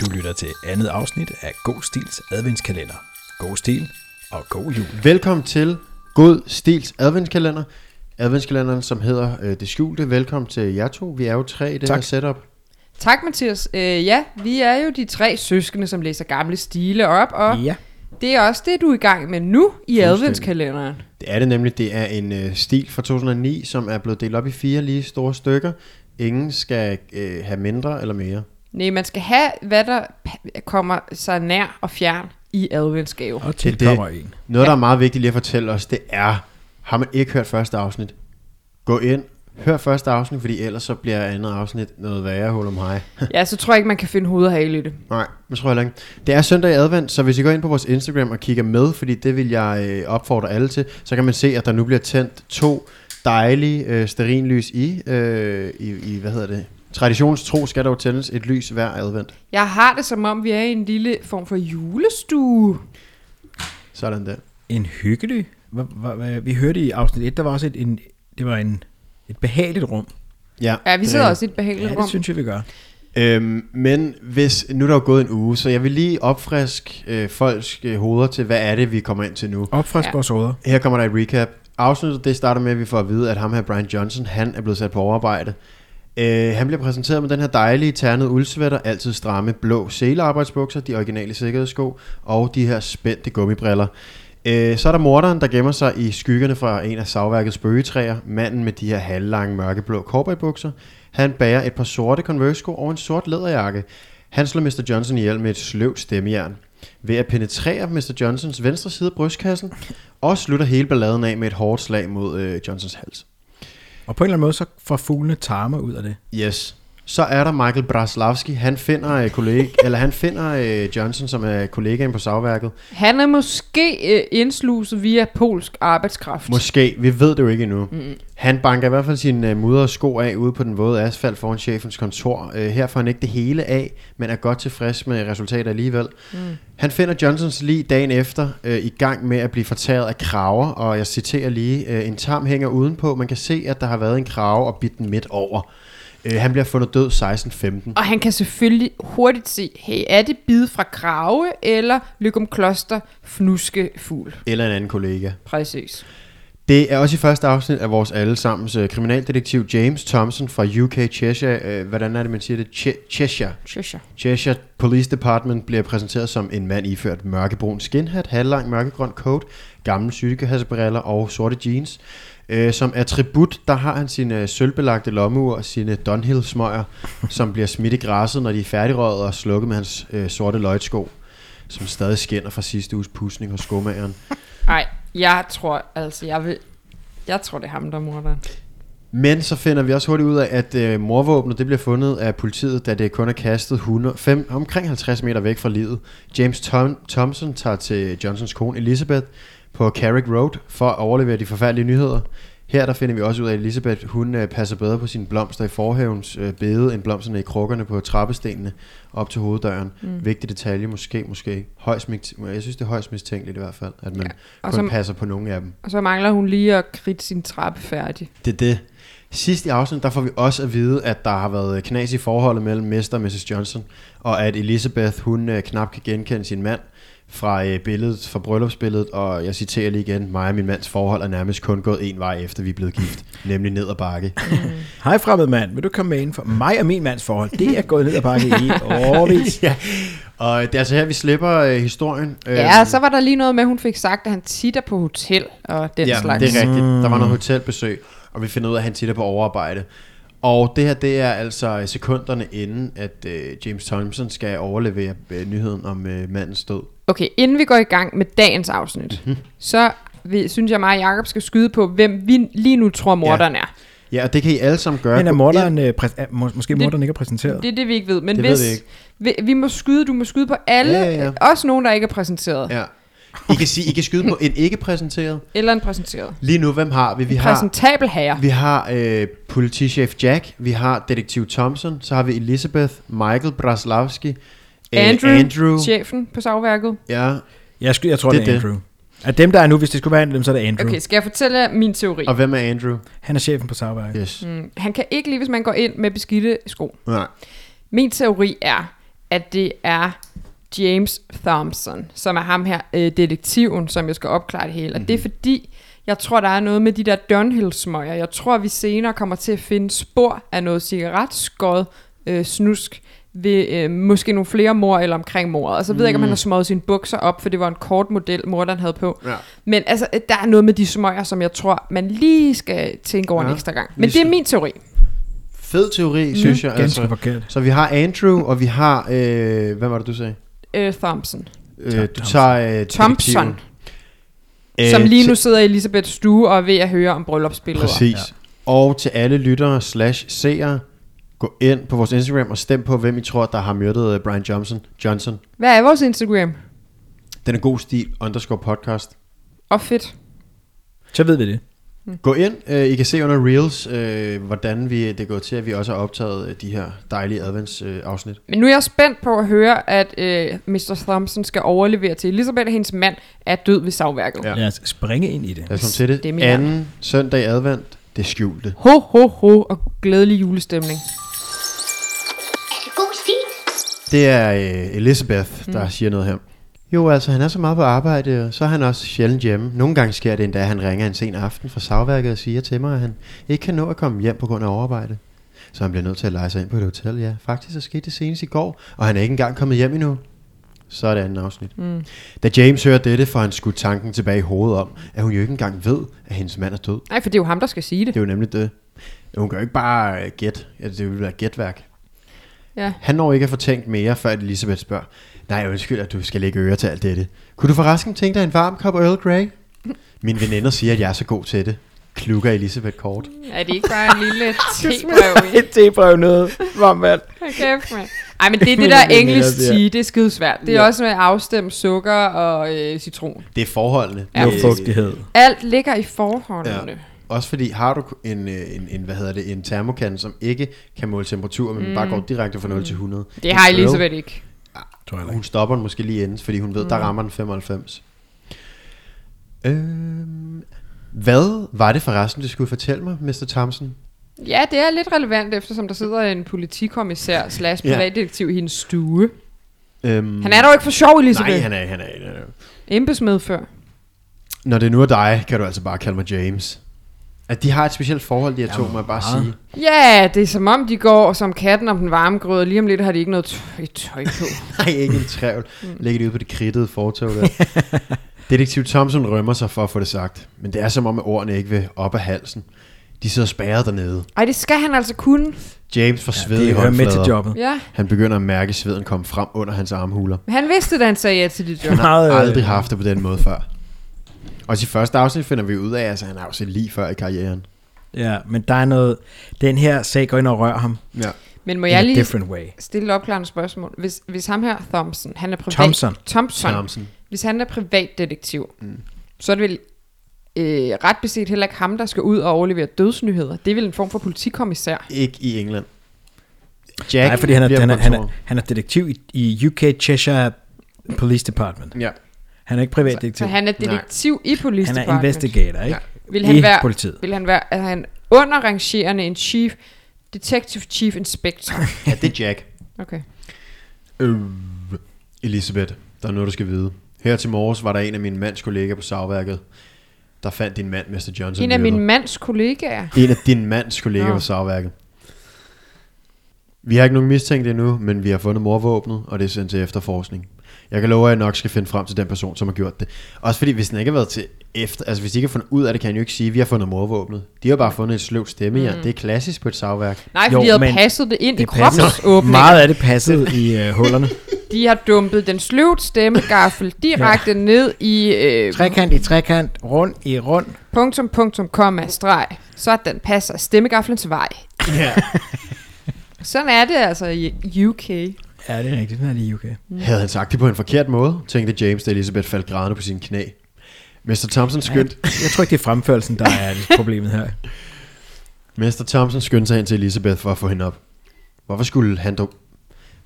Du lytter til andet afsnit af God Stils adventskalender. God stil og god jul. Velkommen til God Stils adventskalender. Adventskalenderen, som hedder øh, Det Skjulte. Velkommen til jer to. Vi er jo tre i det Tak. her setup. Tak, Mathias. Øh, ja, vi er jo de tre søskende, som læser gamle stile op, og Ja. det er også det, du er i gang med nu i adventskalenderen. Det er det nemlig. Det er en øh, stil fra 2009, som er blevet delt op i fire lige store stykker. Ingen skal øh, have mindre eller mere. Nej, man skal have, hvad der pa- kommer sig nær og fjern i adventsgave. Og Det er til kommer en. Noget, der er meget vigtigt lige at fortælle os, det er, har man ikke hørt første afsnit, gå ind, hør første afsnit, fordi ellers så bliver andet afsnit noget værre hul om hej. Ja, så tror jeg ikke, man kan finde hoved og hale i det. Nej, det tror jeg heller ikke. Det er søndag i advent, så hvis I går ind på vores Instagram og kigger med, fordi det vil jeg øh, opfordre alle til, så kan man se, at der nu bliver tændt to dejlige øh, sterinlys i, øh, i, i, hvad hedder det, traditionstro skal der jo tændes et lys hver advent. Jeg har det, som om vi er i en lille form for julestue. Sådan der. En hyggelig... Hva, hva, hva, vi hørte i afsnit 1, der var også et, en, det var en, et behageligt rum. Ja, Ja, vi det sidder er- også i et behageligt Ja, det rum. synes jeg, vi gør. Øhm, men hvis, nu er der jo gået en uge, så jeg vil lige opfriske øh, folks øh, hoveder til, hvad er det, vi kommer ind til nu. Opfrisk ja. Ja. vores hoveder. Her kommer der et recap. Afsnittet det starter med, at vi får at vide, at ham her, Brian Johnson, han er blevet sat på overarbejde. Øh, han bliver præsenteret med den her dejlige ternede uldsvætter, altid stramme blå selearbejdsbukser, de originale sikkerhedssko og de her spændte gummibriller. Øh, så er der morderen, der gemmer sig i skyggerne fra en af savværkets bøgetræer, manden med de her halvlange mørkeblå cowboybukser. Han bærer et par sorte Converse-sko og en sort læderjakke. Han slår Mr. Johnson ihjel med et sløvt stemmejern. Ved at penetrere Mr. Johnsons venstre side af brystkassen, og slutter hele balladen af med et hårdt slag mod øh, Johnsons hals. Og på en eller anden måde, så får fuglene tarme ud af det. Yes. Så er der Michael Braslavski. Han finder, øh, kollega, eller han finder øh, Johnson, som er kollegaen på savværket. Han er måske øh, indsluset via polsk arbejdskraft. Måske. Vi ved det jo ikke endnu. Mm. Han banker i hvert fald sine øh, mudder og sko af ude på den våde asfalt foran chefens kontor. Øh, her får han ikke det hele af, men er godt tilfreds med resultatet alligevel. Mm. Han finder Johnsons lige dagen efter øh, i gang med at blive fortæret af kraver, og jeg citerer lige, øh, en tarm hænger udenpå. Man kan se, at der har været en krave og bidt den midt over. Øh, han bliver fundet død 16.15. Og han kan selvfølgelig hurtigt se, hey, er det bid fra grave eller Lykum Kloster fnuskefugl? Eller en anden kollega. Præcis. Det er også i første afsnit af vores allesammens øh, kriminaldetektiv James Thompson fra UK Cheshire. Øh, hvordan er det, man siger det? Che- Cheshire. Tjøsja. Cheshire Police Department bliver præsenteret som en mand iført mørkebrun skinhat, halvlang mørkegrøn coat, gamle sygekassebriller og sorte jeans. Øh, som attribut, der har han sine sølvbelagte lommeur og sine Dunhill smøger, som bliver smidt i græsset, når de er færdigrøget og slukket med hans øh, sorte løjtsko, som stadig skinner fra sidste uges pusning hos skomageren. Ej, jeg tror, altså, jeg vil... Jeg tror, det er ham, der morder. Men så finder vi også hurtigt ud af, at øh, morvåbnet det bliver fundet af politiet, da det kun er kastet 100, fem, omkring 50 meter væk fra livet. James Tom, Thompson tager til Johnsons kone Elizabeth på Carrick Road for at overlevere de forfærdelige nyheder. Her der finder vi også ud af, at Elizabeth hun, øh, passer bedre på sine blomster i forhavens øh, bede, end blomsterne i krukkerne på trappestenene op til hoveddøren. Mm. Vigtig detalje, måske, måske. Højst, mist- jeg synes, det er højst mistænkeligt i hvert fald, at man ja. og kun som- passer på nogle af dem. Og så mangler hun lige at kridte sin trappe færdig. Det er det. Sidst i afsnit, der får vi også at vide, at der har været knas i forholdet mellem Mester og Mrs. Johnson, og at Elizabeth, hun øh, knap kan genkende sin mand fra øh, billedet, fra bryllupsbilledet, og jeg citerer lige igen, mig og min mands forhold er nærmest kun gået en vej efter vi er blevet gift, nemlig ned ad bakke. Hej fremmed mand, vil du komme med ind for mig og min mands forhold? Det er gået ned ad bakke i årvis. ja. Og det er altså her, vi slipper øh, historien. Øh, Ja, så var der lige noget med, at hun fik sagt, at han titter på hotel og den ja, slags. det er rigtigt. Der var noget hotelbesøg, og vi finder ud af, at han titter på overarbejde. Og det her, det er altså sekunderne inden, at øh, James Thompson skal overlevere øh, nyheden om øh, mandens død. Okay, inden vi går i gang med dagens afsnit, Mhm. så vi, synes jeg mig og Jacob skal skyde på, hvem vi lige nu tror, morderen er. Ja, og det kan I alle sammen gøre. Men er Gå ind- morderen, øh, præs- er, må, måske morderen ikke er præsenteret? Det er det, vi ikke ved. Men Det ved hvis vi ikke. Vi, vi må skyde, du må skyde på alle, øh, Ja, ja, ja. også nogen, der ikke er præsenteret. Ja. I kan, sige, I kan skyde på en ikke præsenteret. Eller en præsenteret. Lige nu, hvem har vi? Vi har, Præsentabel herre. vi har øh, politichef Jack, vi har detektiv Thompson, så har vi Elizabeth, Michael Braslavski, Andrew, øh, Andrew. chefen på savværket. Ja, Jeg, sky- jeg tror, Det det, er det er Andrew. Af dem, der er nu, hvis det skulle være en af dem, så er det Andrew. Okay, skal jeg fortælle jer min teori? og hvem er Andrew? Han er chefen på Savværk. Yes. Mm. Han kan ikke lide, hvis man går ind med beskidte sko. Nej. Min teori er, at det er James Thompson, som er ham her, øh, detektiven, som jeg skal opklare det hele. Og Mhm. det er fordi, jeg tror, der er noget med de der Dunhill-smøger. Jeg tror, vi senere kommer til at finde spor af noget cigaretskod øh, snusk ved øh, måske nogle flere mor eller omkring mordet. Og så ved jeg ikke, om han har Mm. smøget sine bukser op, for det var en kort model, morderen havde på. Ja. Men altså, øh, der er noget med de smøger, som jeg tror, man lige skal tænke over ja. Ja. en ekstra gang. Men Lige det er skal- min teori. Fed teori, synes jeg. Mm. Ganske Altså. forkert. Så vi har Andrew, og vi har... Øh, hvad var det, du sagde? Øh, Thompson. Øh, du tager... Øh, Thompson, detektiven. som Øh, lige til- nu sidder i Elisabeths stue og er ved at høre om bryllupsbilleder. Præcis. Ja. Og til alle lyttere slash seere, gå ind på vores Instagram og stem på, hvem I tror, der har myrdet øh, Brian Johnson. Johnson. Hvad er vores Instagram? Den er god stil, underscore podcast. Og oh, fedt. Så ved vi det. Mm. Gå ind, øh, I kan se under Reels, øh, hvordan vi, det er gået til, at vi også har optaget øh, de her dejlige adventsafsnit. Øh, afsnit. Men nu er jeg spændt på at høre, at øh, Mr. Thompson skal overlevere til Elisabeth, at hendes mand er død ved savværket. Ja. Lad os springe ind i det. Lad os komme til det. Det er min det Anden søndag i advent, det skjulte. Ho, ho, ho, og glædelig julestemning. Er det god stil? Det er øh, Elizabeth, der mm. siger noget her. Jo, altså han er så meget på arbejde, og så er han også sjældent hjemme. Nogle gange sker det endda, at han ringer en sen aften fra savværket og siger til mig, at han ikke kan nå at komme hjem på grund af overarbejde. Så han bliver nødt til at lege sig ind på et hotel, ja. Faktisk så skete det senest i går, og han er ikke engang kommet hjem endnu. Så er det andet afsnit. Mm. Da James hører dette, får han skudt tanken tilbage i hovedet om, at hun jo ikke engang ved, at hendes mand er død. Nej, for det er jo ham, der skal sige det. Det er jo nemlig det. Hun kan jo ikke bare øh, gætte. Ja, det ville være gætværk. Ja. Han når ikke at få tænkt mere, før Elisabeth spørger. Nej, undskyld, at du skal lægge øre til alt dette. Kunne du forresten tænke dig en varm kop Earl Grey? Min veninder siger, at jeg er så god til det. Klukker Elisabeth kort. Er det ikke bare en lille tebrev i? Et tebrøv noget. Varm vand. Hold kæft, mand. Ej, men det er det Min der veninde engelsk siger- tea, det er skidesvært. Det er Ja. også med at afstemme sukker og øh, citron. Det er forholdene. Ja, Jo, Det er- fugtighed. Alt ligger i forholdene. Ja. Også fordi har du en, øh, en, en, hvad hedder det, en termokan, som ikke kan måle temperatur, men mm. bare går direkte fra 0 til 100. Mm. Det har En Earl Elisabeth ikke. Tror jeg Og ikke. hun stopper den måske lige inden, fordi hun ved, mm. der rammer den 95. Øhm, hvad var det forresten, du skulle fortælle mig, Mr. Thompson? Ja, det er lidt relevant, eftersom der sidder en politikommissær slash Ja. privatdetektiv i hendes stue. Øhm, Han er dog ikke for sjov, Elisabeth. Nej, Nej, han... han er, han er, han er. Embedsmed før. Når det nu er dig, kan du altså bare kalde mig James. At de har et specielt forhold, de her to, må jeg bare meget. sige. Ja, det er som om de går som katten om den varme grød, og lige om lidt har de ikke noget tøj, tøj på. Nej, ikke en trævl. Lægger det ud på det kridtede fortog der. Detektiv Thompson rømmer sig for at få det sagt. Men det er som om, at ordene ikke vil op af halsen. De sidder spærret dernede. Ej, det skal han altså kunne. James får Det sved i hører med håndflader. til jobbet. Ja. Han begynder at mærke sveden komme frem under hans armhuler. Men han vidste, da han sagde ja til det job. Han har Meget, øh, aldrig haft det på den måde før. Og i første afsnit finder vi ud af, at altså, han har jo set lige før i karrieren. Ja, men der er noget... Den her sag går ind og rører ham. Ja. Men må In a jeg lige different way. stille et opklarende spørgsmål? Hvis, hvis ham her, Thompson, han er privat... Thompson. Thompson. Thompson. Hvis han er privatdetektiv, mm. så er det vel øh, ret beset heller ikke ham, der skal ud og overlevere dødsnyheder. Det er vel en form for politikommissær. Ikke i England. Jack Nej, fordi han er, bliver han, er, han, er, kontor. han er detektiv i, i UK Cheshire Police Department. Ja. Han er ikke privatdetektiv. Så han er Nej. detektiv Nej. i Police han er Department. investigator, ikke? Ja. Vil han i være, politiet. Vil han være er han underrangerende en chief, detective chief inspector? ja, det er Jack. Okay. Øh, Elisabeth, der er noget, du skal vide. Her til morges var der en af min mands kollegaer på savværket, der fandt din mand, Mr. Johnson. en af myrdet. min mands kollegaer. En af din mands kollegaer Nå. på savværket. Vi har ikke nogen mistænkt endnu, men vi har fundet morvåbnet, og det er sendt til efterforskning. Jeg kan love, at jeg nok skal finde frem til den person, som har gjort det. Også fordi, hvis den ikke har været til efter... Altså, hvis de ikke har fundet ud af det, kan jeg jo ikke sige, at vi har fundet morvåbnet. De har bare fundet et sløvt stemmejern. Mm. Det er klassisk på et savværk. Nej, Jo, fordi de havde men passet det ind i passer. kropsåbningen. Meget af det passede i øh, hullerne. De har dumpet den sløvt stemmegaffel direkte ja. ned i øh, Trekant i trekant, rund i rund. punktum, punktum, komma, streg. Sådan passer stemmegaflens vej. Ja. Sådan er det altså i UK. Ja, det er rigtigt. Den er lige i UK. Havde han sagt det på en forkert måde, tænkte James, da Elizabeth faldt grædende på sine knæ. Mr. Thompson skyndte, Jeg tror ikke, det er fremførelsen, der er problemet her. Mester Thompson skyndte sig hen til Elisabeth for at få hende op. Hvorfor skulle han dog...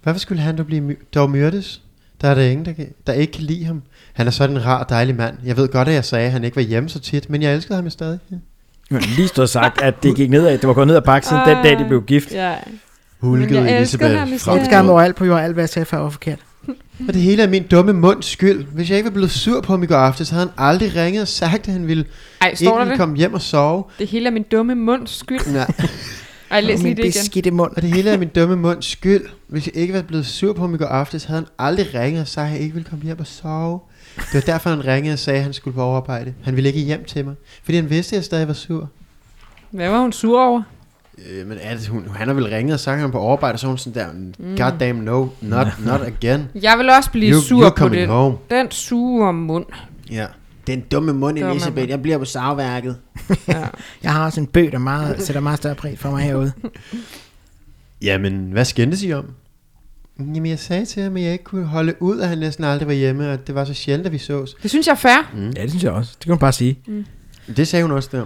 Hvorfor skulle han dog blive my- dog myrdes? Der er der ingen, der, kan, der ikke kan lide ham. Han er sådan en rar, dejlig mand. Jeg ved godt, at jeg sagde, at han ikke var hjemme så tit, men jeg elskede ham jo stadig. Men lige stået sagt, at det gik nedad. Det var gået ned ad bakken siden den dag, de blev gift. Ja. hulkede Men jeg elsker Elisabeth. ham i fra- Jeg skal mig alt på jord, alt hvad jeg sagde før var forkert. Og det hele er min dumme munds skyld. Hvis jeg ikke var blevet sur på ham i går aftes, havde han aldrig ringet og sagt, at han ville Ej, ikke står der ville det? komme hjem og sove. Det hele er min dumme munds skyld. Nej. Ej, læs Og lige min det igen. beskidte mund. Og det hele er min dumme munds skyld. Hvis jeg ikke var blevet sur på ham i går aftes, havde han aldrig ringet og sagt, at jeg ikke ville komme hjem og sove. Det var derfor, han ringede og sagde, at han skulle på overarbejde. Han ville ikke hjem til mig, fordi han vidste, at jeg stadig var sur. Hvad var hun sur over? Øh, men er det, hun, han har vel ringet og sagt, at han var på overarbejde, og så er hun sådan der, mm. God damn no, not, not again. Jeg vil også blive You- sur you're på coming den. home. Den sure mund. Ja. Den dumme mund, Dumme Elisabeth, mund. jeg bliver på savværket. Ja. Jeg har også en bøg, der meget, sætter meget større pris for mig herude. Jamen, hvad skændtes I om? Jamen, jeg sagde til ham, at jeg ikke kunne holde ud, at han næsten aldrig var hjemme, og det var så sjældent, at vi sås. Det synes jeg er fair. Mm. Ja, det synes jeg også. Det kan man bare sige. Det sagde hun også der.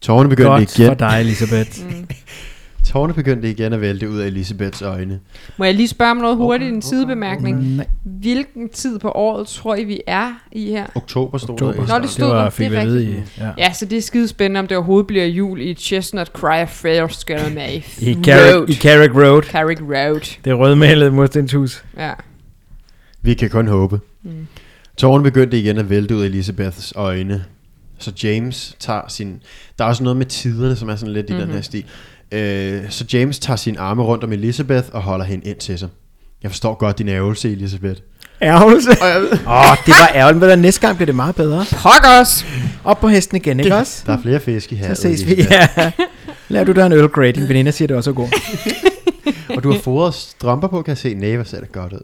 Tårne begyndte Godt igen. for dig, Elisabeth. Mm. Tårne begyndte igen at vælte ud af Elisabeths øjne. Må jeg lige spørge om noget hurtigt? En sidebemærkning. Nej, Hvilken tid på året tror I, vi er i her? Oktober stod oktober. der. Nå, det stod det der. var, fik Det vi er at vide i. Ja. Ja, så det er skidespændende, om det overhovedet bliver jul i Chestnut Cry Fair, skal der med i I, Carrick, Road. I Carrick Road. Carrick Road. Det rødmalede murstens hus. Ja. Vi kan kun håbe. Mm. Tårne begyndte igen at vælte ud af Elisabeths øjne. Så James tager sin... Der er også noget med tiderne, som er sådan lidt mm-hmm. i den her stil. Øh, så James tager sin arme rundt om Elisabeth og holder hende ind til sig. Jeg forstår godt din ærgelse, Elisabeth. Ærgelse. Åh, oh, det var ærgerligt, men der næste gang bliver det meget bedre. Fuck os! Op på hesten igen, ikke også? Der er flere fisk i Så havet, ses vi. Elisabeth. Ja. Lav du der en Earl Grey. Din veninde siger, det også er god. Og du har fodret strømper på, kan jeg se. Næh, hvor ser det godt ud.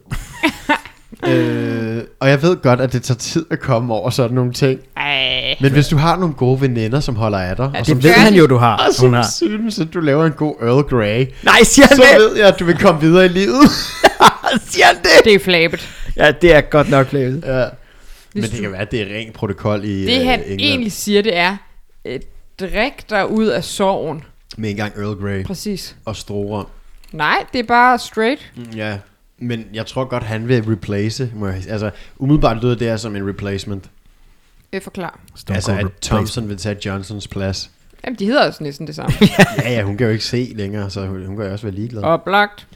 øh, og jeg ved godt, at det tager tid at komme over sådan nogle ting. Ej. Men hvis du har nogle gode veninder, som holder af dig, ja, og Det som, ved gør han de. jo, du har. og Hun som har. synes, at du laver en god Earl Grey, Nej, siger han så det? ved jeg, at du vil komme videre i livet. Siger han det? Det er flabet. Ja, det er godt nok lavet. ja. Men Hvis det du- kan være, at det er ren protokol i Det øh, han England. egentlig siger, det er, øh, drik dig ud af sorgen. Med engang Earl Grey Præcis. og Strorum. Nej, det er bare straight. Ja, men jeg tror godt, han vil replace. må jeg- Altså, umiddelbart lyder det her som en replacement. Det er forklar. Stone altså, Cold at Replace. Thompson vil tage Johnsons plads. Jamen, de hedder også næsten det samme. Ja, ja, hun kan jo ikke se længere, så hun, hun kan jo også være ligeglad. Op. Oplagt.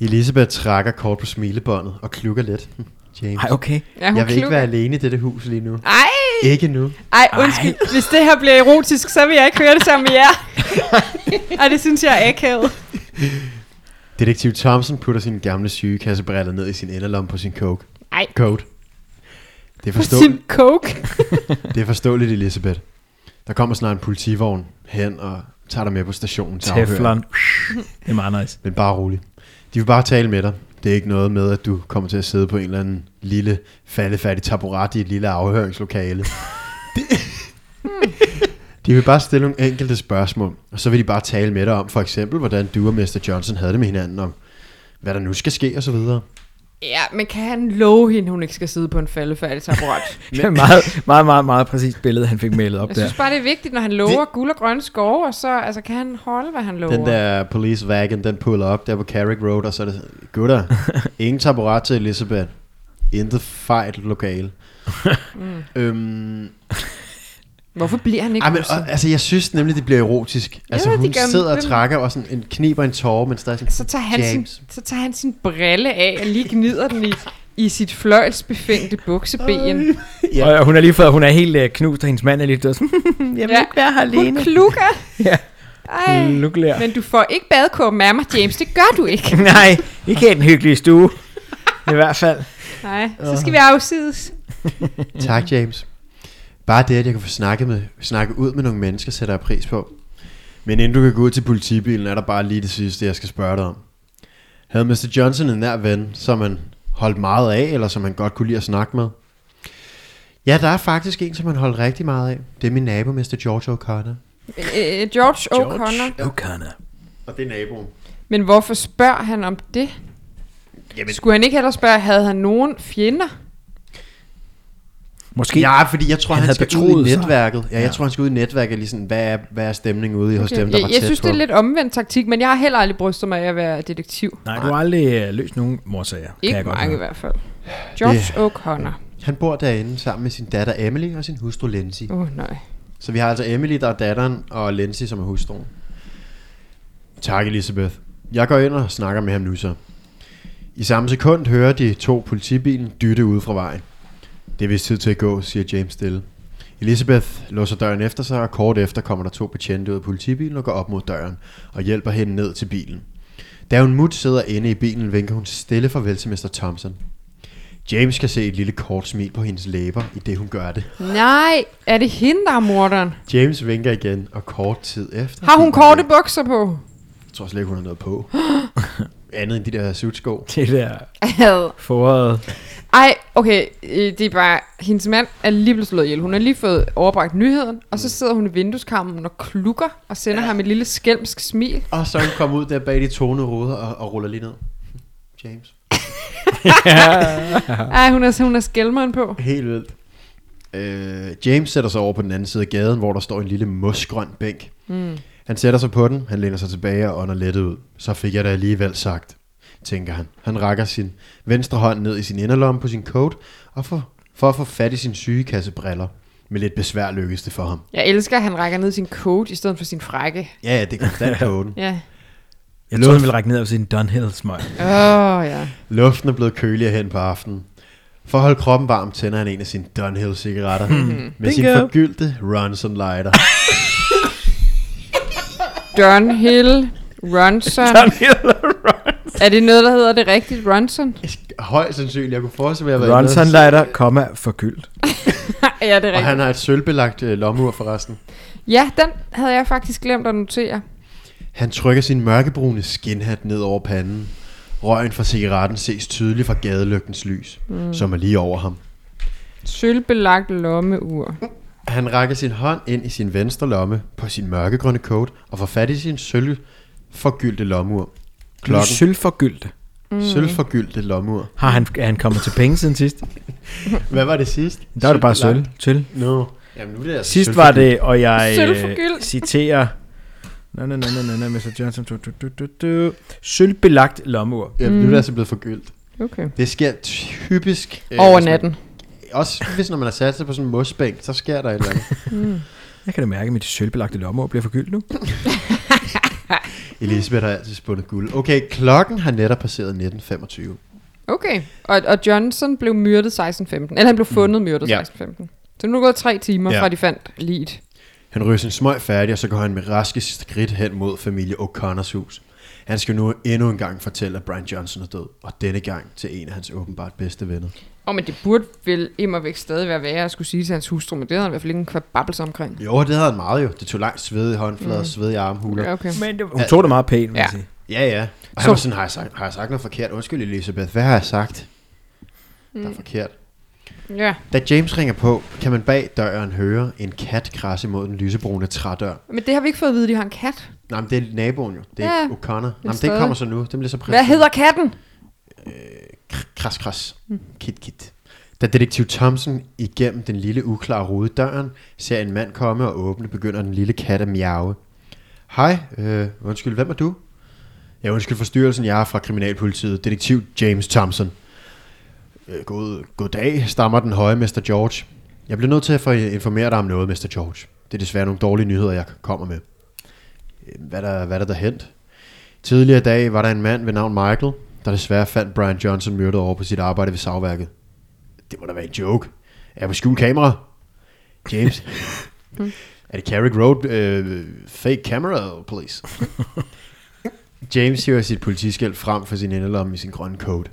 Elisabeth trækker kort på smilebåndet og klukker lidt. James, Ej, okay. Ja, hun jeg vil ikke klukker. være alene i dette hus lige nu. Ej, Ikke nu. ej, undskyld. Ej. Hvis det her bliver erotisk, så vil jeg ikke høre det sammen med jer. Ej, det synes jeg er akavet. Detektiv Thompson putter sine gamle sygekassebriller ned i sin enderlomme på sin coke. Ej. Coat. Det er, På forstå- sin coke. det er forståeligt, Elisabeth. Der kommer snart en politivogn hen og tager dig med på stationen til afhøring. Teflon. Det er meget nice. Men bare rolig. De vil bare tale med dig. Det er ikke noget med, at du kommer til at sidde på en eller anden lille faldefærdig taburet i et lille afhøringslokale. De- de vil bare stille nogle enkelte spørgsmål, og så vil de bare tale med dig om, for eksempel, hvordan du og Mr. Johnson havde det med hinanden, om hvad der nu skal ske, og så videre. Ja, men kan han love hende, hun ikke skal sidde på en faldefærdig taburet? Det er meget, meget, meget, meget præcist billede, han fik malet op Jeg der. synes bare, det er vigtigt, når han lover det... guld og grønne skove, og så altså, kan han holde, hvad han lover. Den der police wagon, den puller op der på Carrick Road, og så er det sådan, gutter, ingen taburet til Elizabeth. Intet fejl lokale. mm. øhm, Hvorfor bliver han ikke Ej, men, russet? og, altså, jeg synes nemlig, det bliver erotisk. Altså, det hun gør- sidder og hvem- trækker og sådan en kniber en tårer, men stadig sådan, Så tager, han sin, James. så tager han sin brille af og lige gnider den i, i sit fløjlsbefængte bukseben. Ja. Og hun har lige fået, hun er helt øh, knust, og hendes mand er lige død. sådan, Jeg vil Ja. ikke være her Hun alene. klukker. Ja. Ej. Nuklær. Men du får ikke badekåben af mig, James. Det gør du ikke. Nej, ikke i den hyggelige stue. I hvert fald. Nej, så skal vi afsides. Altså- Tak, James. Bare det, at jeg kan få snakket, med, snakke ud med nogle mennesker, sætter jeg pris på. Men inden du kan gå ud til politibilen, er der bare lige det sidste, jeg skal spørge dig om. Havde Mr. Johnson en nær ven, som han holdt meget af, eller som han godt kunne lide at snakke med? Ja, der er faktisk en, som han holdt rigtig meget af. Det er min nabo, Mr. George O'Connor. Øh, George O'Connor. O'Connor. Og det er naboen. Men hvorfor spørger han om det? Jamen, Skulle han ikke hellere spørge, havde han nogen fjender? Måske. Ja. Ja, fordi jeg tror, han, Han han havde skal ud betroet i sig. netværket. Ja, jeg tror, han skal ud i netværket lige sådan, hvad er, hvad er stemningen ude i hos dem, der jeg var jeg tæt synes, på? det er lidt omvendt taktik, men jeg har heller aldrig brystet mig af at være detektiv. Nej, du har aldrig øh, løst nogen morsager. kan Ikke jeg godt mange høre. i hvert fald. George yeah. O'Connor. Han bor derinde sammen med sin datter Emily og sin hustru Lindsay. Åh, oh, nej. Så vi har altså Emily, der er datteren, og Lindsay, som er hustruen. Tak, Elisabeth. Jeg går ind og snakker med ham nu så. I samme sekund hører de to politibilen dytte ude fra vejen. Det er vist tid til at gå, siger James stille. Elizabeth låser døren efter sig, og kort efter kommer der to betjente ud af politibilen og går op mod døren og hjælper hende ned til bilen. Da hun mut sidder inde i bilen, vinker hun stille farvel til Mr. Thompson. James kan se et lille kort smil på hendes læber, i det hun gør det. Nej, er det hende, der er morderen? James vinker igen, og kort tid efter... Har hun korte bukser på? Jeg tror slet ikke, hun har noget på. Andet end de der suitsko. Det der Ad. forret. Ej, okay, øh, det er bare, hendes mand er lige blevet slået ihjel. Hun har lige fået overbragt nyheden, og så sidder hun i vindueskarmen og klukker og sender Mm. ja. ham et lille skælmsk smil. Og så er hun kommet ud der bag de tonede ruder og, og ruller lige ned. James. Ej, hun har, hun har skælmeren på. Helt vildt. Øh, James sætter sig over på den anden side af gaden, hvor der står en lille mosgrøn bænk. Mm. Han sætter sig på den, han læner sig tilbage og ånder lettet ud. Så fik jeg det alligevel sagt, tænker han. Han rækker sin venstre hånd ned i sin inderlomme på sin coat, og for, for at få fat i sin sygekassebriller. Med lidt besvær lykkedes det for ham. Jeg elsker, at han rækker ned sin coat i stedet for sin frække. Ja, ja, det er konstant koden. Ja. Jeg tror, han ville række ned og sige en Dunhill smøg. Åh, oh, ja. Luften er blevet køligere hen på aftenen. For at holde kroppen varm, tænder han en af sine Dunhill-cigaretter med sin Bingo. forgyldte Ronson Lighter. Dunhill, Ronson. Er det noget, der hedder det rigtigt? Ronson? Højst sandsynligt, jeg kunne forestille mig, at jeg var Ronson Lighter, komma, forgyldt. ja, det er Og rigtigt. han har et sølvbelagt øh, lommeur forresten. Ja, den havde jeg faktisk glemt at notere. Han trykker sin mørkebrune skinhat ned over panden. Røgen fra cigaretten ses tydeligt fra gadelygtens lys, mm. som er lige over ham. Sølvbelagt lommeur. Han rækker sin hånd ind i sin venstre lomme på sin mørkegrønne coat og får fat i sin sølvforgyldte lommeur. Klokken. Sølvforgyldt. Mm. Sølvforgyldte lommeur. Har han, er han kommet til penge siden sidst? Hvad var det sidst? Der var det bare sølv. Sølv. No. Jamen, nu er det altså Sidst var det, og jeg øh, Sølvforgyldt. citerer... Nå, nå, nå, nå, nå, nå, Mr. Johnson. Du, du, du, du, du. Sølvbelagt lommeur. Jamen, nu er det Mm. altså blevet forgyldt. Okay. Det sker typisk... øh, Over hvis man- natten. Også hvis når man har sat sig på sådan en mosbænk, så sker der et eller andet. Jeg kan da mærke, at mit sølvbelagte lommeur bliver forgyldt nu. Elisabeth har altid spundet guld. Okay, klokken har netop passeret 19.25. Okay. Og, og Johnson blev myrdet 1615. Eller han blev fundet myrdet Mm. Ja. 1615. Så nu er det gået tre timer, Ja. fra de fandt liget. Han ryger sin smøg færdig, og så går han med raske skridt hen mod familie O'Connors hus. Han skal nu endnu en gang fortælle, at Brian Johnson er død, og denne gang til en af hans åbenbart bedste venner. Og men det burde vel immervæk stadig være værre at skulle sige til hans hustru, men det havde han i hvert fald ikke en kvababbelse omkring. Jo, det havde han meget jo. Det tog langt sved i håndflader Mm. og sved i armhuler. Ja, okay. Men det, hun tog det meget pænt, vil jeg Ja. sige. Ja, ja. Og han Så- var sådan, har jeg, sagt, har jeg sagt noget forkert? Undskyld, Elisabeth, hvad har jeg sagt? Mm. Der er forkert. Ja. Da James ringer på, kan man bag døren høre en kat krasse mod den lysebrune trædør. Men det har vi ikke fået at vide, de har en kat. Nej, men det er naboen jo. Det er Ja, ja, O'Connor. Nej, men det stadig. kommer så nu. Den bliver så præsenteret. Hvad hedder katten? Kr- Kras, kras. Kit, kit. Da detektiv Thompson igennem den lille uklare rode i døren, ser en mand komme og åbne, begynder den lille kat at miaue. Hej, øh, undskyld, hvem er du? Ja, undskyld forstyrrelsen, jeg er fra Kriminalpolitiet. Detektiv James Thompson. Øh, god, goddag, stammer den høje Mr. George. Jeg bliver nødt til at få- informere dig om noget, Mr. George. Det er desværre nogle dårlige nyheder, jeg kommer med. Øh, Hvad er der, hvad er der, der hent? Tidligere i dag var der en mand ved navn Michael, der desværre fandt Brian Johnson myrdet over på sit arbejde ved savværket. Det må da være en joke. Er jeg på skjult kamera? James? er det Carrick Road øh, fake camera, please? James hiver sit politiskilt frem for sin inderlomme i sin grønne coat.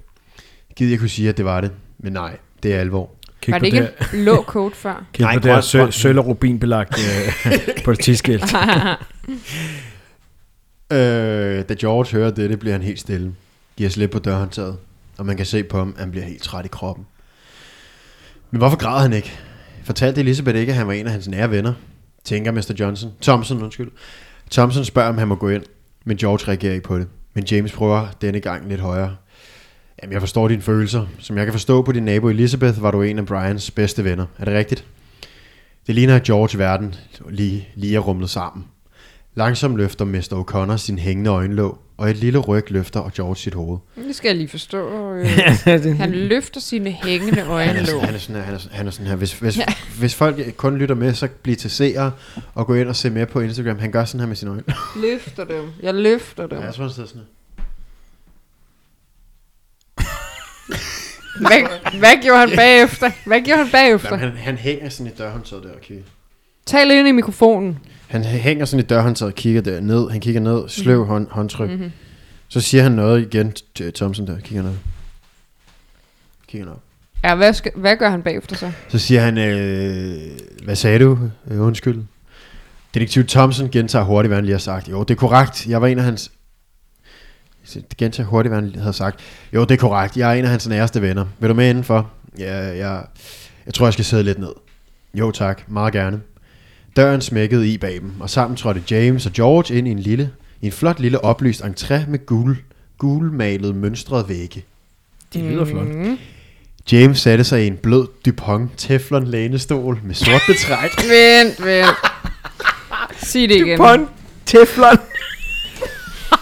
Gid jeg kunne sige, at det var det, men nej, det er alvor. Kig Var på det ikke det. en blå coat før? Kig Nej, på det her grøn- sø- grøn. sølv- og rubinbelagt øh, politiskilt. Øh, da George hører dette, bliver han helt stille. Giver slip på dørhåndtaget, og man kan se på ham, at han bliver helt træt i kroppen. Men hvorfor græder han ikke? Fortalte Elisabeth ikke, at han var en af hans nære venner? Tænker Mr. Johnson. Thompson, undskyld. Thompson spørger, om han må gå ind, men George reagerer ikke på det. Men James prøver denne gang lidt højere. Jamen, jeg forstår dine følelser. Som jeg kan forstå på din nabo Elizabeth, var du en af Brians bedste venner. Er det rigtigt? Det ligner, at George verden lige, lige er rumlet sammen. Langsomt løfter Mr. O'Connor sin hængende øjenlåg, og et lille ryg løfter og George sit hoved. Det skal jeg lige forstå. øh. Han løfter sine hængende Han er, sådan- øjenlåg. han er sådan her, han er, sådan- han er sådan her. Hvis, hvis, Ja. ja. hvis folk kun lytter med, så bliv til seere og gå ind og se med på Instagram. Han gør sådan her med sine øjne. løfter dem. Jeg løfter dem. Ja, jeg tror, han sidder sådan her. Hvad, hvad gjorde han bagefter? Hvad gjorde han bagefter? Jamen, han, han hænger sådan i dørhåndtaget der og kigger. Tal ind i mikrofonen. Han hænger sådan i dørhåndtaget og kigger der ned. Han kigger ned, sløv hånd, håndtryk. Mm-hmm. Så siger han noget igen til Thompson der, kigger ned. Kigger ned. Ja, hvad, skal, hvad gør han bagefter så? Så siger han, øh, hvad sagde du? Øh, undskyld. Detektiv Thompson gentager hurtigt, hvad han lige har sagt. Jo, det er korrekt. Jeg var en af hans... Så Gentager hurtigt, hvad han havde sagt. Jo, det er korrekt. Jeg er en af hans næreste venner. Vil du med indenfor? Ja, jeg, jeg tror, jeg skal sidde lidt ned. Jo tak, meget gerne. Døren smækkede i bag dem, og sammen trådte James og George ind i en, lille, i en flot lille oplyst entré med gul, gulmalede mønstrede vægge. Det lyder Mm. flot. James satte sig i en blød Dupont Teflon lænestol med sort betræk. Vent, vent. Sig det igen. Pond, Teflon.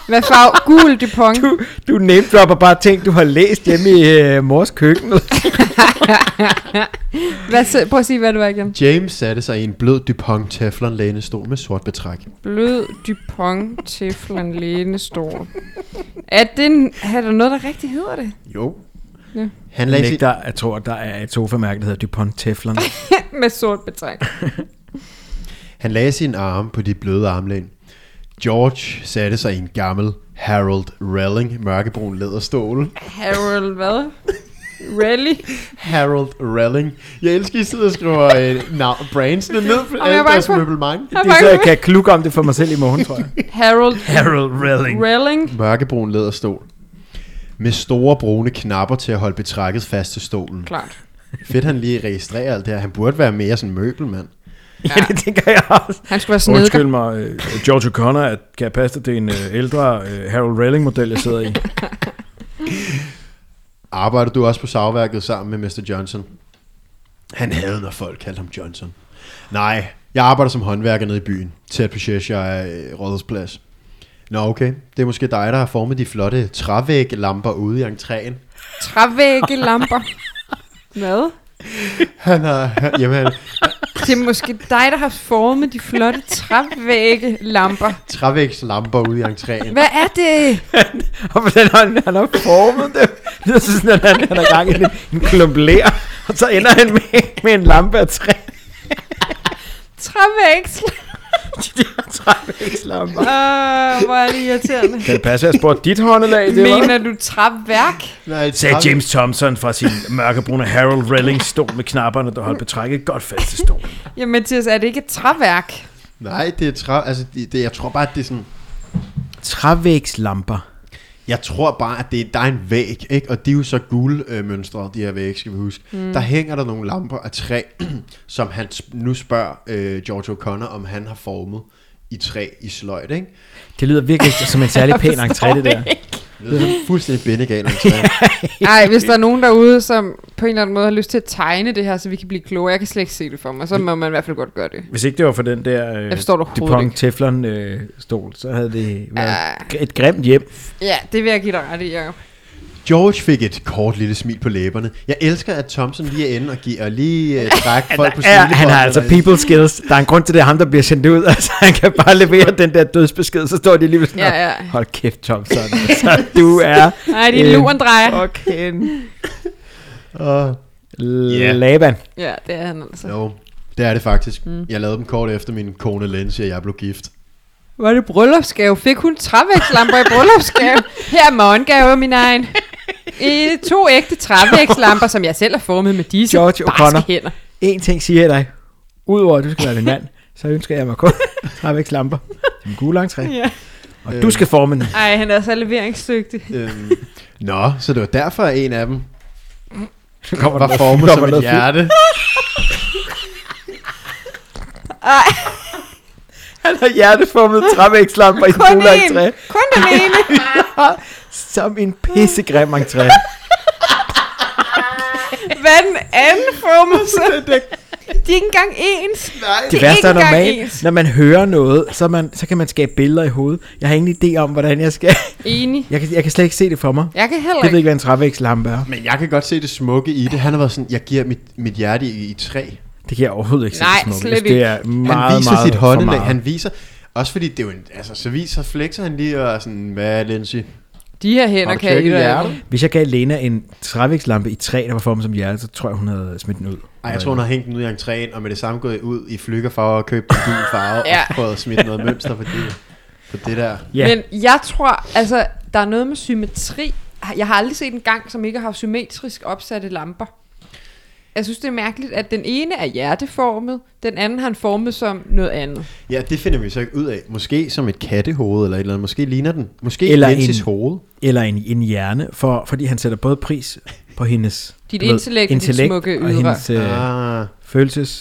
Hvad farve? Gul Dupont. Du, du name-dropper bare ting, du har læst hjemme i øh, mors køkken. Hvad, så- prøv at sige, hvad det var igen. James satte sig i en blød Dupont Teflon lænestol med sort betræk. Blød Dupont Teflon lænestol. Er, det en, er der noget, der rigtig hedder det? Jo. Ja. Han Jeg, lagde sit, nægter, jeg tror, der er et sofamærke, der hedder DuPont Teflon. Med sort betræk. Han lagde sin arme på de bløde armlæn. George satte sig i en gammel Harold Relling mørkebrun læderstol. Harold hvad? Rally? Harold Relling. Jeg elsker, at I sidder og skriver øh, navn, brandsene ned på jeg er alle bange deres for- møbelmang. Det er så, jeg kan klukke om det for mig selv i morgen, tror jeg. Harold Harold Relling. Relling? Mørkebrun læderstol. Med store brune knapper til at holde betrækket fast til stolen. Klart. Fedt, han lige registrerer alt det her. Han burde være mere sådan en møbelmand. Ja, det tænker jeg også. Han skulle være snedker. Undskyld mig, øh, George O'Connor, at- kan jeg passe det? Det er en øh, ældre øh, Harold Relling-model, jeg sidder i. Arbejder du også på savværket sammen med Mr. Johnson? Han havde, når folk kaldte ham Johnson. Nej, jeg arbejder som håndværker nede i byen, tæt på Cheshire øh, Rådhusplads. Nå okay, det er måske dig, der har formet de flotte trævæglamper ude i entréen. Trævægge lamper. Hvad? Han har, jamen, han- Det er måske dig, der har formet de flotte trævægge lamper. trævægslamper ude i entréen. Hvad er det? Og hvordan har han, han har formet det. Det er sådan, at han, han har gang i en, en klump ler, og så ender han med, med en lampe af træ. Trævægge De der trævægslamper. Åh, hvor er det irriterende. Kan det passe, at jeg spurgte dit håndelag? Det var? Mener du træværk? Nej, Sagde trævæg- James Thompson fra sin mørkebrune Harold Relling-stol med knapperne, der Mm. holdt betrækket godt fast til stolen. Jamen, Mathias, er det ikke et træværk? Nej, det er træ, altså, det, det, jeg tror bare, at det er sådan, Trævægslamper. jeg tror bare, at det er, der er en væg, ikke? og de er jo så gule øh, mønstre, de her væg, skal vi huske. Mm. Der hænger der nogle lamper af træ, som han sp- nu spørger øh, George O'Connor, om han har formet i træ i sløjt. Ikke? Det lyder virkelig ikke som en særlig pæn entré, det der. Det er sådan fuldstændig bindegal af træ. Nej, hvis der er nogen derude, som på en eller anden måde har lyst til at tegne det her, så vi kan blive klogere. Jeg kan slet ikke se det for mig, så må man i hvert fald godt gøre det. Hvis ikke det var for den der øh, Jeg forstår det overhovedet DuPont ikke. Ah. Teflon-stol, så havde det været et grimt hjem. Ja, det vil jeg give dig ret i, Jacob. George fik et kort lille smil på læberne. Jeg elsker, at Thompson lige er inde og giver og lige øh, trække folk på Ja, han har smilebåndet, altså eller- people skills. Der er en grund til, det er ham, der bliver sendt ud. Altså, han kan bare levere den der dødsbesked, så står de lige ved sådan, Ja, ja. hold kæft, Thompson. Altså, du er Nej, det er Øh, luren drejer. fucking Åh. yeah. Laban. Ja, det er han altså. Jo, det er det faktisk. Mm. Jeg lavede dem kort efter min kone Lensie, og jeg blev gift. Var det bryllupsgave? Fik hun trævækslamper i bryllupsgave? Her er morgengave, min egen. E, to ægte trævækslamper, som jeg selv har formet med disse George barske O'Connor. hænder. En ting siger jeg dig. Udover at du skal være min mand, så ønsker jeg mig kun trævæk lamper. Den gule lang træ. Ja. Og du skal forme den. Ej, han er så leveringsdygtig. Øhm, Nå, så det var derfor, at en af dem Så kommer var der- formet kommer som et noget fedt. hjerte. Han har hjerteformet trævækslamper i den Kun gule lang en. træ. Kun den ene. Som en pissegrim entré. Hvad er den anden formelse? De er ikke engang ens. Nej. Det er værste ikke er engang normalt, ens. når man hører noget, så, er man, så kan man skabe billeder i hovedet. Jeg har ingen idé om, hvordan jeg skal... Enig. Jeg kan, jeg kan slet ikke se det for mig. Jeg kan heller Jeg ved ikke. ikke, hvad en trævækslampe er. Men jeg kan godt se det smukke i det. Han har været sådan, jeg giver mit, mit hjerte i, i træ. Han Det kan jeg overhovedet ikke se Nej, det smukke. slet Jeg synes, ikke. Det er meget, viser meget sit for håndelag. meget. Han viser, også fordi det er jo en, altså så viser, flexer han lige og er sådan, hvad Lensie? De her hænder Har du kan tjekket et eller hjertet? andet. Hvis jeg gav Lena en trævækslampe i træ, der var formet som hjerte, så tror jeg, hun havde smidt den ud. Ej, jeg tror, hun har hængt den ud i entréen, og med det samme gået ud i flykker for at købe den gule farve, Ja. og prøvet at smitte noget mønster på det, på det der. Ja. Men jeg tror, altså, der er noget med symmetri. Jeg har aldrig set en gang, som ikke har haft symmetrisk opsatte lamper. Jeg synes, det er mærkeligt, at den ene er hjerteformet, den anden har han formet som noget andet. Ja, det finder vi så ikke ud af. Måske som et kattehoved eller et eller andet. Måske ligner den. Måske Eller eller Jensis en- en... hoved. Eller en, en hjerne, for, fordi han sætter både pris på hendes Dit du ved, intellekt og dit smukke og ydre. hendes øh, Ah, følelsesternøster.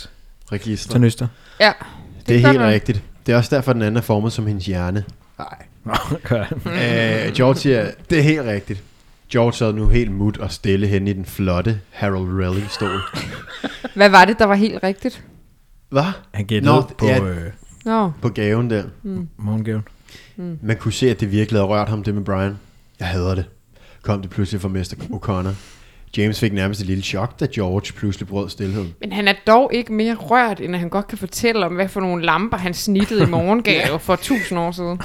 register. Ja, det, det gør er helt noget. rigtigt. Det er også derfor, den anden er formet som hendes hjerne. Nej. Nå, gør han. Øh, George siger, det er helt rigtigt. George sad nu helt mut og stille hen i den flotte Harold Rally-stol. Hvad var det, der var helt rigtigt? Hvad? Han gættede Nå, på ja. øh, Nå, På gaven der. morgengaven. Mm. Man kunne se, at det virkelig havde rørt ham, det med Brian. Jeg hader det. Kom det pludselig fra Mester O'Connor. James fik nærmest et lille chok, da George pludselig brød stillheden. men han er dog ikke mere rørt, end at han godt kan fortælle om, hvad for nogle lamper han snittede i morgengave for tusind år siden.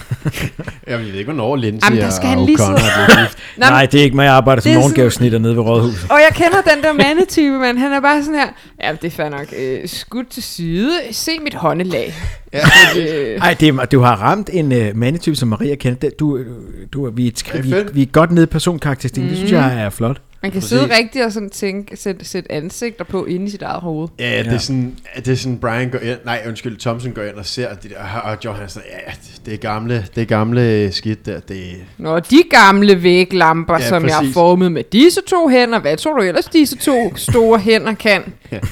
Jamen, jeg ved ikke, hvornår Lindsay Jamen, der skal han lige O'Connor sidde- er blevet gift. Nå, men- Nej, det er ikke mig, jeg arbejder som Det er morgengavesnitter nede ved Rådhuset. Og jeg kender den der mandetype, men han er bare sådan her, ja, det er fair nok, øh, skudt til side, se mit håndelag. Ja, Øh, Ej, det er, du har ramt en uh, mandetype, som Maria kendte. Det- Du, øh, du, vi, er et, skri- Det er vi, fedt. vi er godt nede i personkarakteristikken. Mm. Det synes jeg er flot. man kan præcis. sidde rigtigt og sådan tænke, sætte, sætte ansigter på inde i sit eget hoved. Ja, det Ja. er sådan, at det er sådan Brian går ind, nej, undskyld, Thompson går ind og ser det der, og Johan er sådan, ja, det er gamle, det er gamle skidt der, det er Nå, de gamle væglamper, ja, Ja, som præcis. jeg har præcis. formet med disse to hænder, hvad tror du ellers disse to store hænder kan?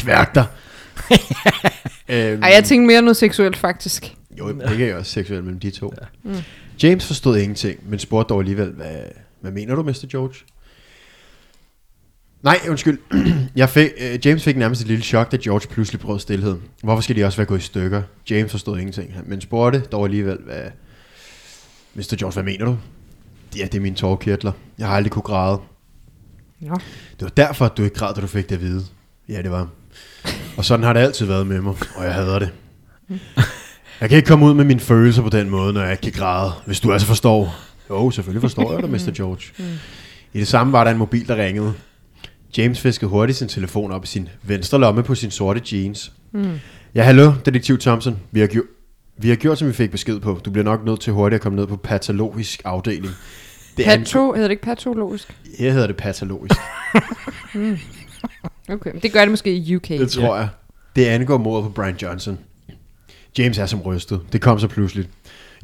kværkter. øhm, Ej, jeg tænkte mere noget seksuelt faktisk. Jo, det kan jo også seksuelt mellem de to. Ja. Mm. James forstod ingenting, men spurgte dog alligevel, hvad, hvad mener du, Mr. George? Nej, undskyld. Jeg fik, øh, James fik nærmest et lille chok, da George pludselig brød stillheden. Hvorfor skal de også være gået i stykker? James forstod ingenting, men spurgte dog alligevel, hvad... Mr. George, hvad mener du? Ja, det er mine tårkirtler. Jeg har aldrig kunne græde. Nå. Det var derfor, at du ikke græd, da du fik det at vide. Ja, det var. Og sådan har det altid været med mig, og jeg hader det. Jeg kan ikke komme ud med mine følelser på den måde, når jeg ikke kan græde, hvis du altså forstår. Jo, selvfølgelig forstår jeg dig, Mr. George. I det samme var der en mobil, der ringede. James fiskede hurtigt sin telefon op i sin venstre lomme på sin sorte jeans. Ja, hallo, detektiv Thompson. Vi har, gjort, vi har gjort, som vi fik besked på. Du bliver nok nødt til hurtigt at komme ned på patologisk afdeling. Det er en- Pato, hedder det ikke patologisk? Her hedder det patologisk. Okay, men det gør det måske i UK. Det tror jeg. Det angår mordet på Brian Johnson. James er som rystet. Det kom så pludseligt.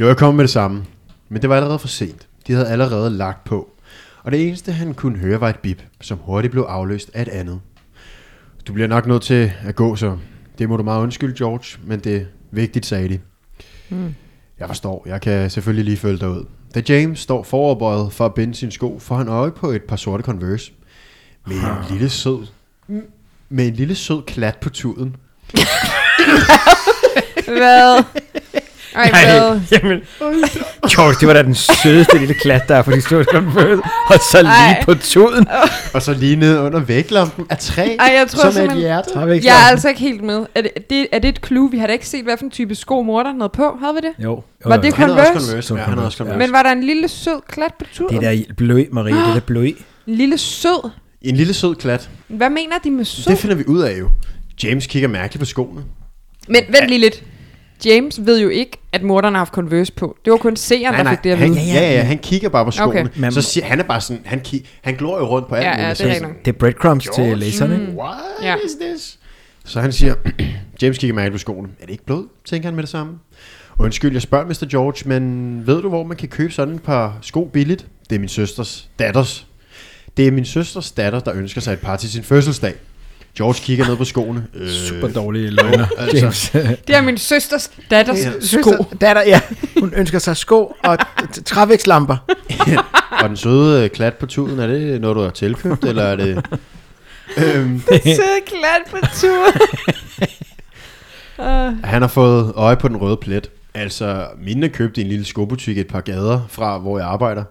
Jo, jeg kom med det samme. Men det var allerede for sent. De havde allerede lagt på. Og det eneste, han kunne høre, var et bip, som hurtigt blev afløst af et andet. Du bliver nok nødt til at gå så. Det må du meget undskylde, George, men det er vigtigt, sagde de. Mm. Jeg forstår. Jeg kan selvfølgelig lige følge dig ud. Da James står foroverbøjet for at binde sin sko, får han øje på et par sorte Converse. Med en lille sød med en lille sød klat på tuden. Hvad? Ej, hvad? jamen. George, det var da den sødeste lille klat, der er for de store konføde. Og så lige Ej. på tuden. Og så lige ned under væglampen af træ, Ej, jeg tror som er simpelthen- et hjerte. Trævækslampen. Jeg er altså ikke helt med. Er det, det, er det et clue? Vi har da ikke set, hvad for en type sko mor der noget på. Havde vi det? Jo. Var det Han har også Converse? Converse. Ja, han har også Converse. Men var der en lille sød klat på turen? det der blø, Maria, det der blø. En lille sød? En lille sød klat. Hvad mener de med sød? Det finder vi ud af jo. James kigger mærkeligt på skoene. Men vent lige lidt. James ved jo ikke, at morderen har haft Converse på. Det var kun seeren, der fik det at han, vide. ja, ja, ja, han kigger bare på skoene. Okay. Men- Okay. Så siger, han er bare sådan, han, ki- han glor jo rundt på alt Ja, muligt. ja, Så det er sådan, rigtigt. Altså, Mm. Det er breadcrumbs til læserne. ikke? What Ja. is this? Så han siger, James kigger mærkeligt på skoene. Er det ikke blod? Tænker han med det samme. Undskyld, jeg spørger Mr. George, men ved du, hvor man kan købe sådan et par sko billigt? Det er min søsters datters. Det er min søsters datter, der ønsker sig et par til sin fødselsdag. George kigger ned på skoene. Øh, Super dårlige løgner, altså. James. Det er min søsters datters Ja. sko. Datter, ja. Hun ønsker sig sko og t- trævækslamper. Og den søde øh, klat på tuden, er det noget, du har tilkøbt, eller er det... øhm, Sød klat på turen. Uh, Han har fået øje på den røde plet. Altså, mine købte i en lille skobutik et par gader fra, hvor jeg arbejder.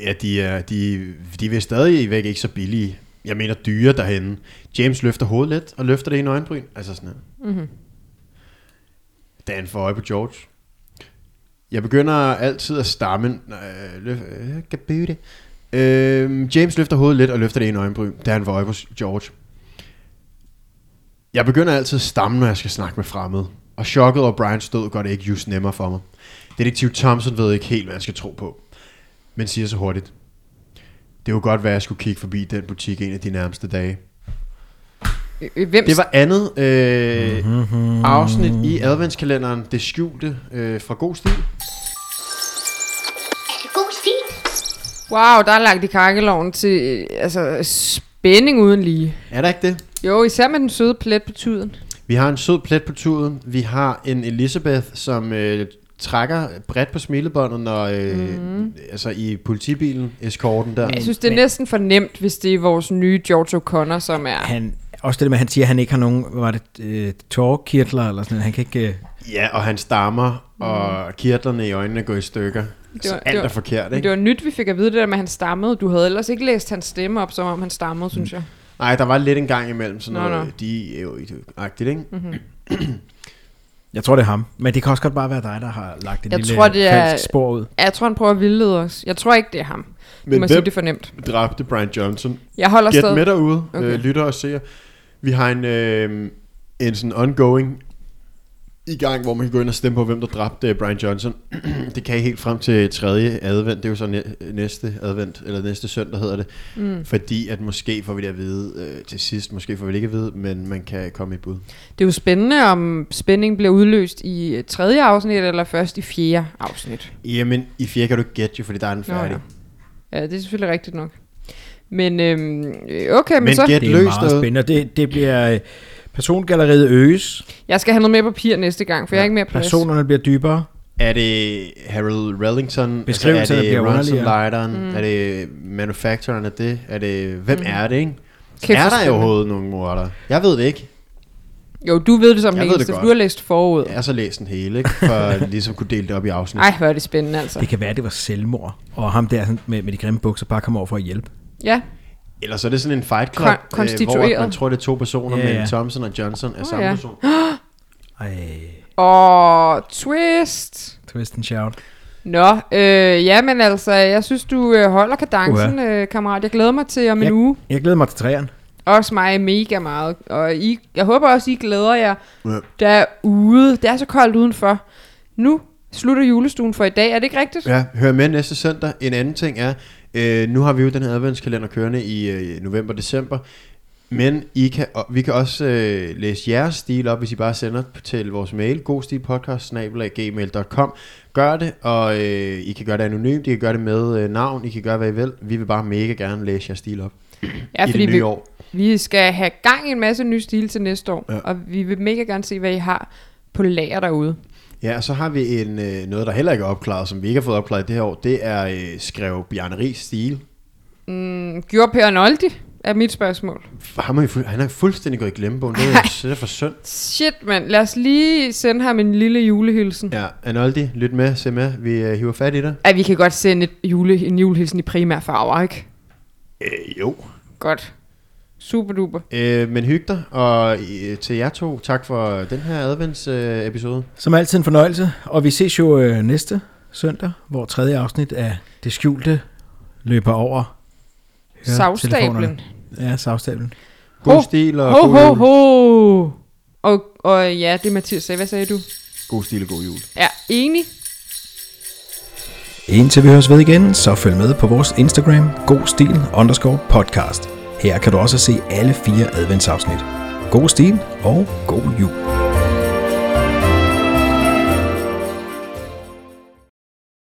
Ja, de er, de, de er stadigvæk ikke så billige. Jeg mener dyre derhenne. James løfter hovedet lidt og løfter det i en øjenbryn. Altså sådan her. Mm-hmm. Dan får øje på George. Jeg begynder altid at stamme. Øh, løf, øh, gabude. Øh, James løfter hovedet lidt og løfter det ene øjenbryn, da han får øje på George. Jeg begynder altid at stamme, når jeg skal snakke med fremmede. Og chokket over Brians død gør det ikke just nemmere for mig. Detektiv Thompson ved ikke helt, hvad jeg skal tro på. Men siger så hurtigt. Det kunne godt være, at jeg skulle kigge forbi den butik en af de nærmeste dage. Øh, øh, Hvem Det var andet øh, afsnit i adventskalenderen, det skjulte øh, fra god stil. Er det god stil? Wow, der er lagt i kakkeloven til øh, altså, spænding uden lige. Er der ikke det? Jo, især med den søde plet på tuden. Vi har en sød plet på tuden. Vi har en Elizabeth, som øh, trækker bredt på smilebåndet, når, øh, mm. altså i politibilen, eskorten der. Jeg synes, det er næsten for nemt, hvis det er vores nye George O'Connor, som er... Han, også det der med, at han siger, at han ikke har nogen, hvad var det, øh, tårerkirtler eller sådan noget. Han kan ikke... Øh, Ja, og han stammer, og kirtlerne i øjnene går i stykker. Mm. Det Så var- alt det var- er forkert, Men det ikke? var nyt, vi fik at vide det der med, at han stammede. Du havde ellers ikke læst hans stemme op, som om han Mm. stammede, synes jeg. Nej, der var lidt en gang imellem sådan Nå, noget. nå. Mm. De er jo ikke agtigt, ikke? Mm-hmm. jeg tror, det er ham. Men det kan også godt bare være dig, der har lagt en Jeg lille tror, det er- falsk spor ud. Ja, Jeg tror, han prøver at vildlede os. Jeg tror ikke, det er ham. Men du Men må sige, hvem- det er fornemt. Dræbte Brian Johnson. Jeg holder Get med stadig... derude, okay. Okay. øh, lytter og ser. Vi har en, øh, en sådan ongoing i gang, hvor man kan gå ind og stemme på, hvem der dræbte øh, Brian Johnson. det kan I helt frem til 3. advent. Det er jo så næ- næste advent, eller næste søndag hedder det. Mm. Fordi at måske får vi det at vide øh, til sidst, måske får vi det ikke at vide, men man kan komme i bud. Det er jo spændende, om spændingen bliver udløst i øh, tredje afsnit, eller først i fjerde afsnit. Jamen, i fjerde kan du ikke gætte jo, fordi der er den færdig. ja. ja, det er selvfølgelig rigtigt nok. Men øhm, øh, okay, men, Men men så... gæt- Det er Løs meget noget. spændende. og Det, det bliver... Øh, persongalleriet øges. Jeg skal have noget mere papir næste gang, for jeg har ikke mere plads. Personerne bliver dybere. Er det Harold Rellington? altså, Beskrivelserne er det bliver Ronson underligere. Lighteren? Mm. Er det manufactureren af det? Er det, hvem mm. er det, ikke? Kæft, er hvor der spændende. overhovedet nogen morder? Jeg ved det ikke. Jo, du ved det som Jeg det ved det eneste, for godt. du har læst forud. Jeg har så læst den hele, ikke? For at ligesom kunne dele det op i afsnit. Ej, hvor er det spændende altså. Det kan være, det var selvmord. Og ham der sådan med, med de grimme bukser bare kom over for at hjælpe. Ja, Ellers er det sådan en fight club, Kon- øh, hvor konstitueret. at man tror, det er to personer, Ja, yeah. ja. men Thompson og Johnson er oh, samme ja. ja. person. Ej, og twist. twist and shout. Nå, øh, ja, men altså, jeg synes, du øh, holder kadencen, øh, kammerat. Jeg glæder mig til om en Jeg- uge. Jeg glæder mig til træerne. Også mig mega meget. Og I, jeg håber også, I glæder jer Ja. derude. Det er så koldt udenfor. Nu slutter julestuen for i dag. Er det ikke rigtigt? Ja, hør med næste søndag. En anden ting er, øh, nu har vi jo den her adventskalender kørende i øh, november-december, men I kan, og vi kan også øh, læse jeres stil op, hvis I bare sender til vores mail, godstilpodcast.gmail.com. Gør det, og øh, I kan gøre det anonymt, I kan gøre det med øh, navn, I kan gøre, hvad I vil. Vi vil bare mega gerne læse jeres stil op Ja, i det nye vi, år. vi skal have gang i en masse nye stile til næste år. Ja. Ja. Og vi vil mega gerne se, hvad I har på lager derude. Ja, og så har vi en, øh, noget, der heller ikke er opklaret, som vi ikke har fået opklaret det her år. Det er øh, skrev Bjarne Ries stil. Mm, Gjorde Per Noldi, er mit spørgsmål. Ham er, jo fu- han er fuldstændig gået i glemmebogen. Det er jo så for synd. Shit, mand. Lad os lige sende ham en lille julehilsen. Ja. Ja, Arnoldi, lyt med, se med. Vi øh, hiver fat i dig. Ej, vi kan godt sende et jule, en julehilsen i primær farver, ikke? Øh, jo. Godt. Super duper. Øh, men hyg dig, og øh, til jer to, tak for den her advents-episode. Øh, episode. Som altid en fornøjelse, og vi ses jo øh, næste søndag, hvor tredje afsnit af Det Skjulte løber over Savstablen. Ja, savstablen. god Ho, stil og Ho, god jul. ho, ho. Og, og ja, det Mathias sagde. Hvad sagde du? God stil og god jul. Ja, enig. Indtil vi høres ved igen, så følg med på vores Instagram, godstil underscore podcast. Her kan du også se alle fire adventsafsnit. God stil og god jul.